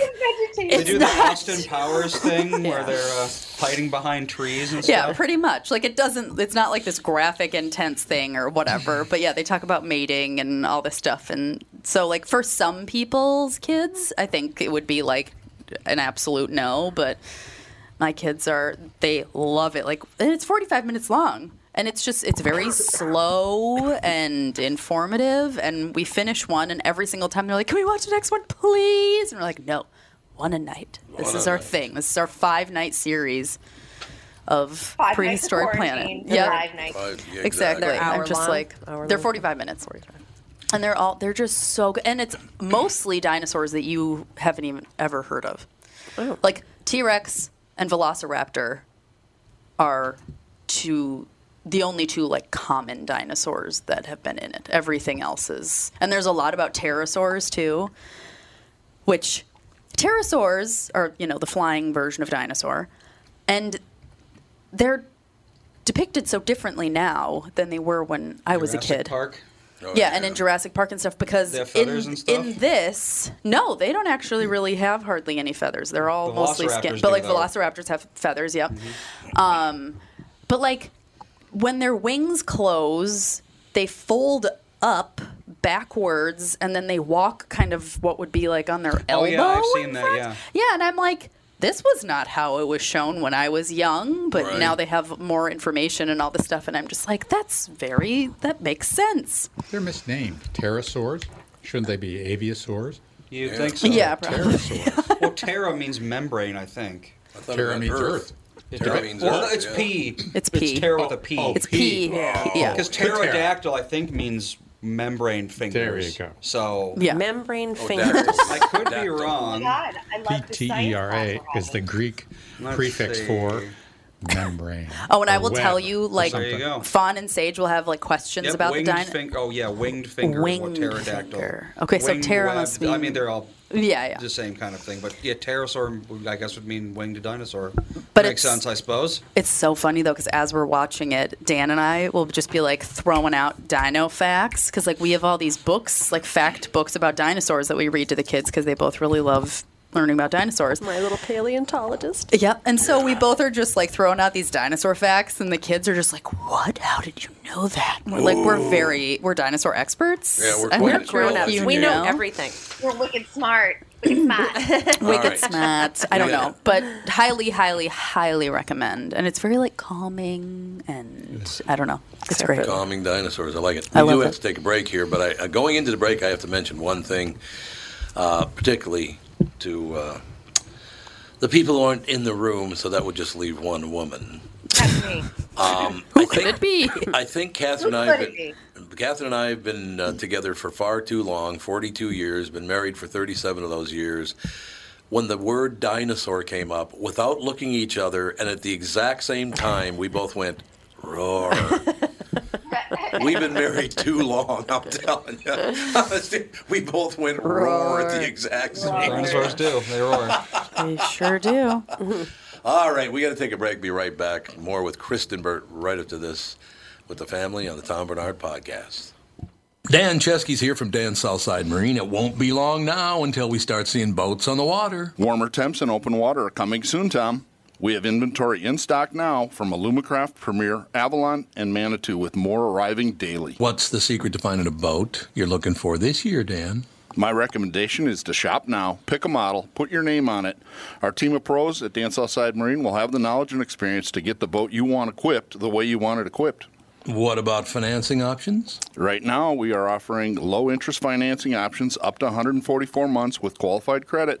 E: They
C: it's
E: do the
C: not.
E: Austin Powers thing where they're uh, hiding behind trees and
C: Yeah,
E: stuff.
C: pretty much. Like it doesn't. It's not like this graphic, intense thing or whatever. But yeah, they talk about mating and all this stuff, and so like for some people's kids, I think it would be like an absolute no. But my kids are they love it. Like and it's 45 minutes long. And it's just it's very slow and informative and we finish one and every single time they're like, "Can we watch the next one, please?" And we're like, "No. One a night. This
H: One a
C: is our
H: night.
C: thing. This is our five-night series of
H: nights of
C: prehistoric planet."
H: quarantine,
C: Yeah.
H: five nights. Five, yeah, exactly.
C: exactly.
H: They're
C: I'm
H: hour
C: just
H: long,
C: like
H: hour
C: they're
H: long.
C: 45 minutes. And they're all they're just so good. And it's mostly dinosaurs that you haven't even ever heard of.
F: Oh.
C: Like T-Rex and Velociraptor are two the only two like common dinosaurs that have been in it. Everything else is. And there's a lot about pterosaurs too, which pterosaurs are, you know, the flying version of dinosaur. And they're depicted so differently now than they were when I was a
E: Jurassic
C: kid.
E: Park.
C: yeah, and in Jurassic Park and stuff because
E: Oh, They have
C: in,
E: feathers and stuff?
C: in this, no, they don't actually really have hardly any feathers. They're all
H: The
C: mostly
H: velociraptors
C: skin,
H: do,
C: but like
H: though.
C: velociraptors have feathers. Yep.
E: Mm-hmm.
C: Um, but like when their wings close, they fold up backwards and then they walk kind of what would be like on their
E: Oh
C: elbow.
E: yeah, I've
C: in
E: seen that. Yeah.
C: yeah, and I'm like, this was not how it was shown when I was young, but
E: Right.
C: now they have more information and all this stuff, and I'm just like, that's very that makes sense.
B: they're misnamed pterosaurs. Shouldn't they be aviosaurs?
E: You think so?
C: Yeah, probably.
E: Pterosaurs. well, terra means membrane, I think. I
A: thought
B: Terra means earth.
E: It
B: Terra
E: does-
B: means
E: well,
B: earth,
E: it's
B: yeah.
E: P.
C: It's P.
E: It's terra with a P.
B: Oh,
C: It's P. P, yeah. yeah.
E: Because pterodactyl, I think, means membrane fingers.
B: There you go.
E: So
C: Yeah.
D: Membrane
E: Oh,
D: fingers.
E: dactyl. I could be wrong.
F: God, I love the
B: T E R A is the Greek
E: Let's
B: prefix
E: see.
B: for membrane.
C: Oh, and I
B: A
C: will
B: web
C: tell you,
B: or
C: like,
B: something.
C: Fawn and Sage will have like questions
E: Yep,
C: about the
E: winged
C: dino.
E: fin- Oh yeah, winged finger. is what
C: Winged
E: pterodactyl.
C: finger. Okay, so
E: Winged
C: terra
E: webbed.
C: must
E: I
C: mean-
E: mean, they're all
C: Yeah, yeah.
E: the same kind of thing. But yeah, pterosaur, would- I guess, would mean winged dinosaur.
C: But
E: makes
C: it's-
E: sense, I suppose.
C: It's so funny though, because as we're watching it, Dan and I will just be like throwing out dino facts, because like we have all these books, like fact books about dinosaurs that we read to the kids, because they both really love learning about dinosaurs.
D: My little paleontologist.
C: Yep. And so we both are just like throwing out these dinosaur facts, and the kids are just like, "What? How did you know that?" And we're like, "We're
A: Ooh.
C: very we're dinosaur experts.
A: Yeah, we're
C: and
A: quite
C: we're grown
A: intelligent.
C: ups.
A: We know
D: everything.
F: We're wicked smart. Wicked smart.
C: Wicked
A: right.
C: smart. I don't
A: Yeah.
C: know, but highly, highly, highly recommend. And it's very like calming, and I don't know. It's great.
A: Calming dinosaurs. I like it. We
C: I love
A: do
C: it.
A: have to take a break here, but I, uh, going into the break, I have to mention one thing, uh, particularly to uh, the people who aren't in the room, so that would just leave one woman.
F: That's me.
A: Um, I think,
C: Could it be?
A: I think
F: Who
A: Catherine and I
F: could
A: have
F: it
A: been,
F: be?
A: Catherine and I have been uh, together for far too long 42 years, been married for 37 of those years. When the word dinosaur came up, without looking at each other, and at the exact same time, we both went, roar. We've been married too long, I'm telling you. Honestly, we both went roar, at the exact same time.
E: Dinosaurs do. They roar.
C: They sure do.
A: All right, we got to take a break. Be right back. More with Kristen Burt right after this with the family on the Tom Bernard podcast.
I: Dan Chesky's here from Dan's Southside Marine. It won't be long now until we start seeing boats on the water.
H: Warmer temps and open water are coming soon, Tom. We have inventory in stock now from Alumacraft, Premier, Avalon, and Manitou, with more arriving daily.
I: What's the secret to finding a boat you're looking for this year, Dan?
H: My recommendation is to shop now, pick a model, put your name on it. Our team of pros at Dan Southside Marine will have the knowledge and experience to get the boat you want equipped the way you want it equipped.
I: What about financing options?
H: Right now, we are offering low interest financing options up to 144 months with qualified credit.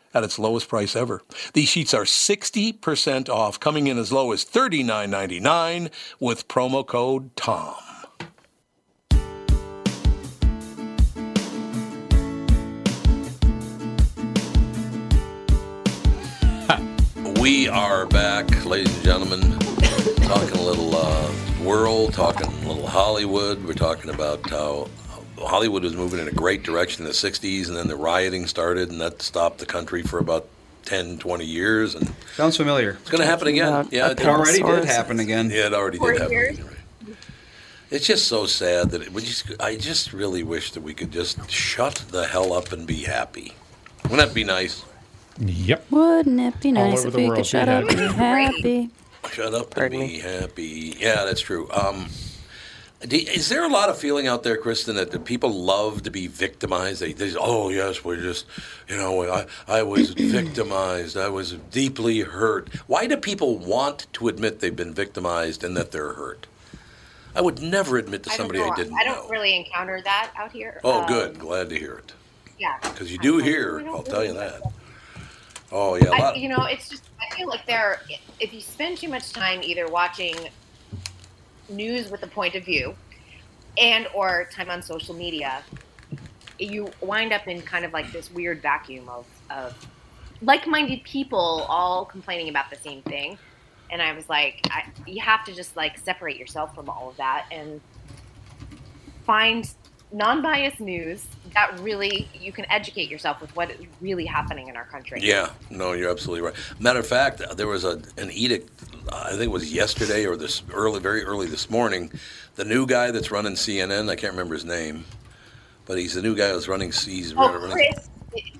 I: at its lowest price ever. These sheets are 60% off, coming in as low as $39.99 with promo code TOM.
A: We are back, ladies and gentlemen, talking a little uh, world, talking a little Hollywood. We're talking about how Hollywood was moving in a great direction in the 60s, and then the rioting started, and that stopped the country for about 10, 20 years, and it's
E: Sounds familiar.
A: going to happen again.
C: About
A: Yeah,
C: a
A: it
E: It already did
C: Dinosaurs.
E: happen again.
A: Yeah, it already
F: Four
A: did happen.
F: years.
A: You're right. It's just so sad that it, we just, I just really wish that we could just shut the hell up and be happy. Wouldn't that be nice?
B: Yep.
C: Wouldn't it be
B: All
C: nice
B: over
C: if
B: the
C: we
B: world,
C: could
B: be
C: shut up and be
F: happy.
C: happy?
A: Shut up
D: Pardon
A: and be happy. Yeah, that's true. Um, do- is there a lot of feeling out there, Kristen, that the people love to be victimized? They, they say, oh yes, we're just, you know, I, I was victimized. I was deeply hurt. Why do people want to admit they've been victimized and that they're hurt? I would never admit to
F: I don't
A: somebody
F: know.
A: I didn't
F: I don't
A: know.
F: really encounter that out here.
A: oh,
F: Um,
A: good. Glad to hear it.
F: Yeah.
A: Because you do
F: I- I
A: hear.
F: don't
A: I'll tell you
F: really
A: that. Oh yeah, a
F: I,
A: lot.
F: you know, it's just I feel like there. If you spend too much time either watching news with a point of view, and or time on social media, you wind up in kind of like this weird vacuum of of like-minded people all complaining about the same thing, and I was like, I, you have to just like separate yourself from all of that and find non-biased news that really you can educate yourself with what is really happening in our country.
A: Yeah, no, you're absolutely right. Matter of fact, uh, there was a, an edict. uh, I think it was yesterday or this early, very early this morning. The new guy that's running CNN, I can't remember his name, but he's the new guy that's running. He's
F: Oh,
A: running,
F: Chris,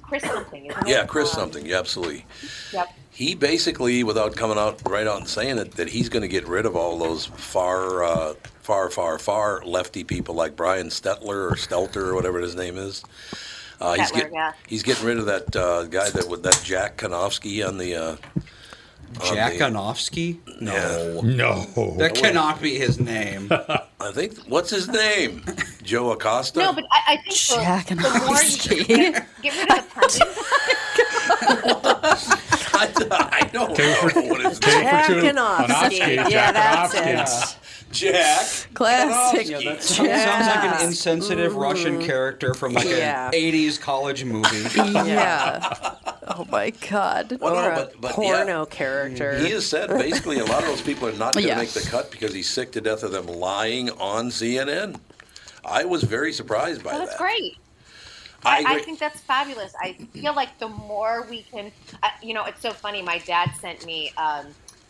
F: Chris something. Isn't
A: yeah,
F: it?
A: Chris
F: Um,
A: something. Yeah, absolutely.
F: Yep.
A: He basically, without coming out right out and saying it, that he's going to get rid of all those far, uh, far, far, far lefty people like Brian Stetler or Stelter or whatever his name is. Uh, he's,
F: Stetler,
A: get,
F: yeah.
A: he's getting rid of that uh, guy that with that Jack Kanofsky on the. Uh, on
E: Jack
A: the-
E: Kanofsky? No.
A: No.
E: That cannot be his name.
A: I think what's his name? Joe Acosta.
F: No, but I, I think the-
A: Jack
F: the,
A: and
F: more you get, get rid of the pundits.
A: I don't know what his
F: Jack
A: name.
F: Kanofsky. Kanofsky, Yeah, Jack that's
E: Kanofsky.
A: it. Jack.
C: Classic.
E: Yeah, that sounds, sounds like an insensitive Russian character from like
C: Yeah.
E: an 80s college movie.
C: yeah. Oh my God.
A: Well, no,
C: Or a
A: but- but, yeah.
C: porno character.
A: He has said basically a lot of those people are not going to
C: Yeah.
A: make the cut because he's sick to death of them lying on CNN. I was very surprised by
F: Well, that's
A: that.
F: great.
A: I
F: I, I
A: agree.
F: think that's fabulous. I feel like the more we can, uh, you know, it's so funny. My dad sent me um,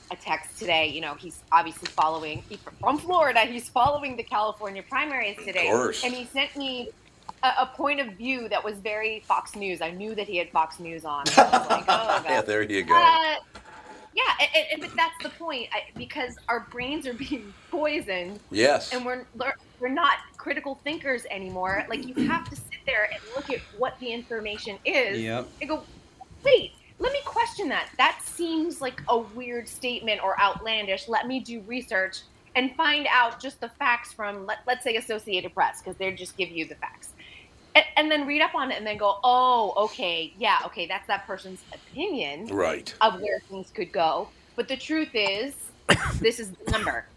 F: a text today. You know, he's obviously following, he's from Florida, he's following the California primaries today.
J: course.
F: And he sent me a, a point of view that was very Fox News. I knew that he had Fox News on. I was like, oh,
A: Yeah, there you go.
F: uh, yeah, and, and, and- but that's the point I, because our brains are being poisoned.
A: Yes.
F: and we're lear- we're not critical thinkers anymore. Like you have to sit there and look at what the information is.
E: Yep.
F: And go, wait, let me question that. That seems like a weird statement or outlandish. Let me do research and find out just the facts from let, let's say Associated Press because they just give you the facts and, and then read up on it and then go, oh, okay, yeah, okay, that's that person's opinion
A: Right.
F: of where things could go. But the truth is, this is the number.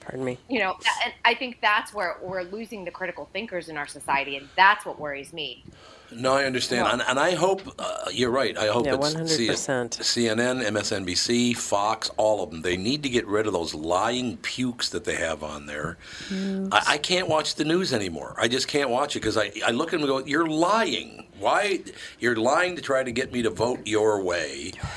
D: Pardon me.
F: You know, tha- and I think that's where we're losing the critical thinkers in our society, and that's what worries me.
A: No, I understand, and, and I hope uh, you're right. I hope
D: Yeah,
A: it's C-
D: 100%.
A: CNN, MSNBC, Fox, all of them. They need to get rid of those lying pukes that they have on there. I, I can't watch the news anymore. I just can't watch it because I, I look at them and go, "You're lying. Why? You're lying to try to get me to vote your way." I-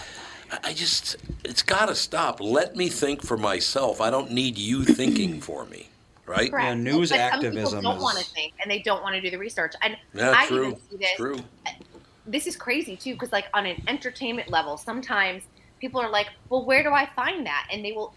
A: I just, it's got to stop. Let me think for myself. I don't need you thinking for me, right?
F: Correct. but Some people don't want to think, and they don't want to do the research. And
A: Yeah,
F: I
A: true,
F: even see this.
A: true.
F: This is crazy too, because like on an entertainment level, sometimes people are like, "Well, where do I find that?" And they will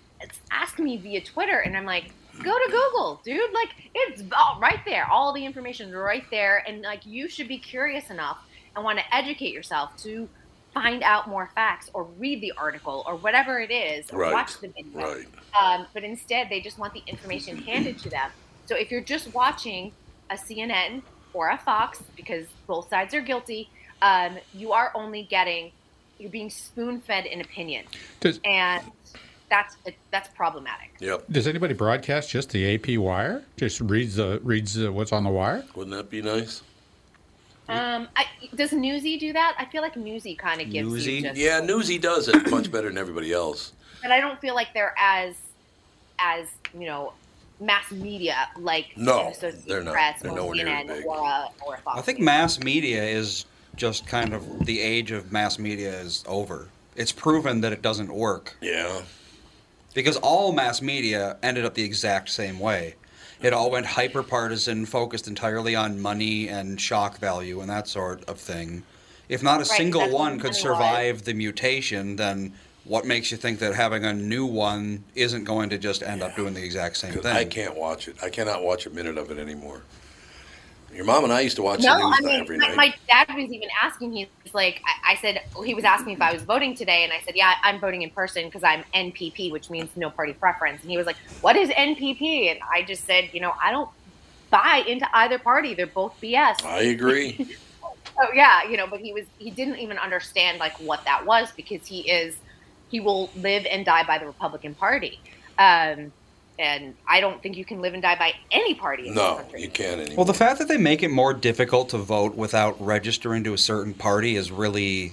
F: ask me via Twitter, and I'm like, "Go to Google, dude. Like it's all right there. All the information's right there, and like you should be curious enough and want to educate yourself to." Find out more facts, or read the article, or whatever it is, or
A: Right,
F: watch the video.
A: right.
F: Um, but instead, they just want the information handed to them. So if you're just watching a CNN or a Fox, because both sides are guilty, um, you are only getting, you're being spoon fed an opinion.
B: Does-
F: and that's, that's problematic.
A: Yep.
B: Does anybody broadcast just the AP wire? Just reads the reads the, what's on the wire?
A: Wouldn't that be nice?
F: Um, I, does Newsy do that? I feel like Newsy kind of gives you just,
A: Yeah, Newsy does it much better than everybody else.
F: but I don't feel like they're as, as, you know, mass media like
A: No,
F: an Associated
A: they're not.
F: Press
A: They're
F: or
A: nowhere near
F: CNN
A: big.
F: or a, or a Fox.
E: I think mass media is just kind of the age of mass media is over. It's proven that it doesn't work.
A: Yeah.
E: Because all mass media ended up the exact same way. It all went hyper partisan, focused entirely on money and shock value and that sort of thing. If not a
K: Right,
E: single
K: that's
E: one
K: what
E: could
K: it was.
E: survive the mutation, then what makes you think that having a new one isn't going to just end up doing the exact same thing?
A: I can't watch it. I cannot watch a minute of it anymore. Your mom and I used to watch
F: no,
A: the news
F: I mean,
A: every
F: my,
A: night.
F: my dad was even asking. He's like, I, I said, he was asking if I was voting today, and I said, yeah, I'm voting in person because I'm NPP, which means no party preference. And he was like, what is NPP? And I just said, you know, I don't buy into either party. They're both BS.
A: I agree.
F: Oh yeah, you know, but he was he didn't even understand like what that was because he is he will live and die by the Republican Party. Um and I don't think you can live and die by any party in this
A: no,
F: country.
A: you can't anymore.
E: Well, the fact that they make it more difficult to vote without registering to a certain party is really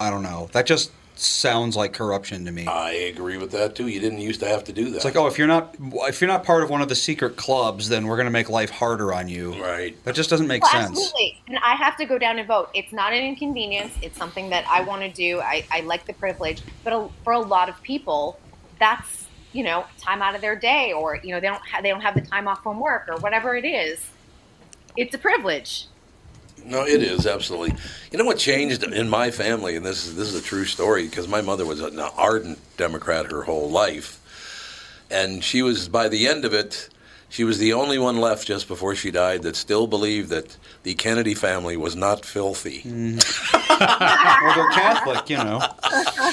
E: I don't know. That just sounds like corruption to me.
A: I agree with that too. You didn't used to have to do that.
E: It's like, oh, if you're not if you're not part of one of the secret clubs, then we're going to make life harder on you.
A: Right.
E: That just doesn't make
F: Well,
E: sense.
F: Absolutely. And I have to go down and vote. It's not an inconvenience. It's something that I want to do. I, I like the privilege. But a, for a lot of people, that's, you know, time out of their day or, you know, they don't, ha- they don't have the time off from work or whatever it is. It's a privilege.
A: No, it is absolutely. You know what changed in my family, and this is this is a true story because my mother was an ardent Democrat her whole life, and she was by the end of it, she was the only one left just before she died that still believed that the Kennedy family was not filthy.
E: Mm. well, they're Catholic, you know.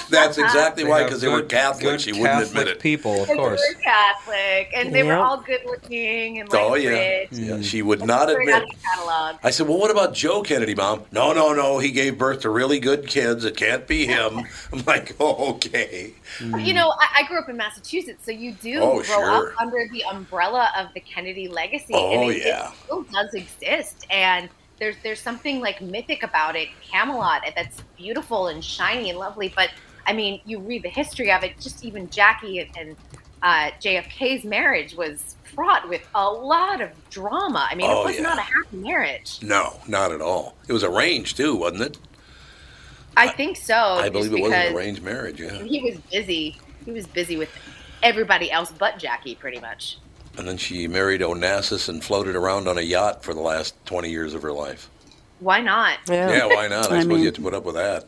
A: That's exactly
E: They
A: why,
E: have
A: because they were
E: good-
A: Catholic.
E: good
A: She wouldn't admit
E: Catholic
A: it.
E: People,
F: Because They were Catholic and they were all good looking and like
A: Oh yeah.
F: rich.
A: yeah, she would
F: That's
A: not
F: straight out
A: admit.
F: of the catalog.
A: I said, "Well, what about Joe Kennedy, Mom?" No, no, no. He gave birth to really good kids. It can't be him. I'm like, "Oh, okay."
F: But, You know, I, I grew up in Massachusetts, so you do
A: Mm. Oh,
F: grow
A: sure.
F: up under the umbrella of the Kennedy legacy.
A: Oh,
F: and it,
A: yeah.
F: it still does exist, and there's there's something like mythic about it. Camelot and that's beautiful and shiny and lovely, but I mean, you read the history of it. Just even Jackie and, and uh, JFK's marriage was fraught with a lot of drama. I mean,
A: Oh,
F: it was
A: yeah.
F: not a happy marranged.
A: No, not at all. It was arranged too, wasn't it?
F: I think so.
A: I
F: just
A: believe it was an
F: because Mm-hmm.
A: arranged marriage. Yeah.
F: He was busy. He was busy with everybody else but Jackie, pretty much.
A: And then she married Onassis and floated around on a yacht for the last 20 years of her life.
F: Why not?
A: Yeah, why not? Oh. I,
F: I
A: suppose
F: mean-
A: you have to put up with that.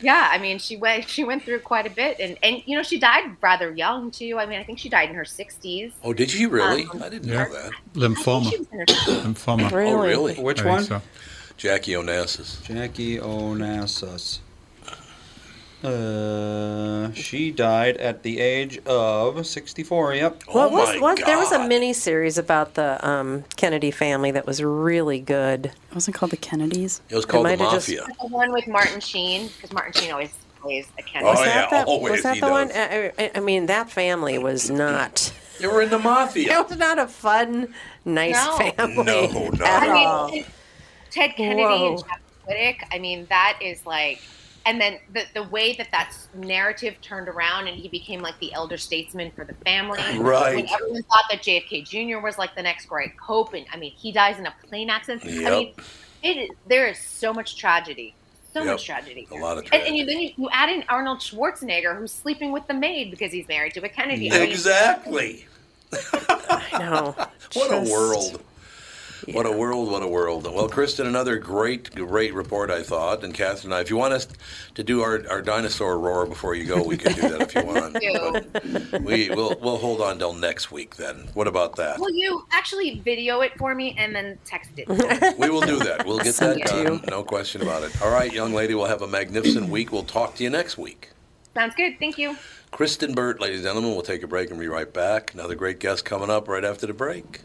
F: Yeah, I mean, she went she went through quite a bit, and and you know, she died rather young too. I mean, I think she died in her sixties.
A: Oh, did she really?
F: Um,
A: I didn't
B: Yeah.
A: know that.
B: Lymphoma.
F: She was in her 60s.
B: Lymphoma.
A: Oh, really?
E: Which I think one? so.
A: Jackie Onassis.
E: Jackie Onassis. Uh, she died at the age of 64. Yep.
A: Oh,
D: What was, was there was a mini series about the um, Kennedy family that was really good.
C: Wasn't it called the Kennedys?
A: It was
D: called
A: The
F: The one with Martin Sheen, because Martin Sheen always plays a
A: Oh,
F: Kennedy.
D: was that the, was that the one? I, I- I mean, that family was not.
A: They were in the mafia.
D: It was not a fun, nice
F: No.
D: family.
A: No, not
D: at
A: at
D: all.
F: I mean, Ted Kennedy
D: Whoa.
F: and Jack Whittick. I mean, that is like, and then the the way that that narrative turned around, and he became like the elder statesman for the family.
A: Right.
F: When everyone thought that JFK Jr. was like the next great hope, and I mean, he dies in a plane accident. I
A: Yep.
F: mean, it is, there is so much tragedy. So
A: Yep.
F: much tragedy.
A: A lot of
F: And, and you, then you, you add in Arnold Schwarzenegger, who's sleeping with the maid because he's married to a Kennedy. I mean,
A: Exactly.
D: I know.
A: What a
D: Just-
A: world. What a world, what a world. Well, Kristen, another great, great report, I thought. And Catherine, if you want us to do our, our dinosaur roar before you go, we can do that if you want. But we, we'll, we'll hold on till next week then. What about that?
F: Will you actually video it for me and then text it?
A: We will do that. We'll get that
F: Send it to
A: done. No question about it. All right, young lady, we'll have a magnificent week. We'll talk to you next week.
F: Sounds good. Thank you.
A: Kristen Burt, ladies and gentlemen, we'll take a break and be right back. Another great guest coming up right after the break.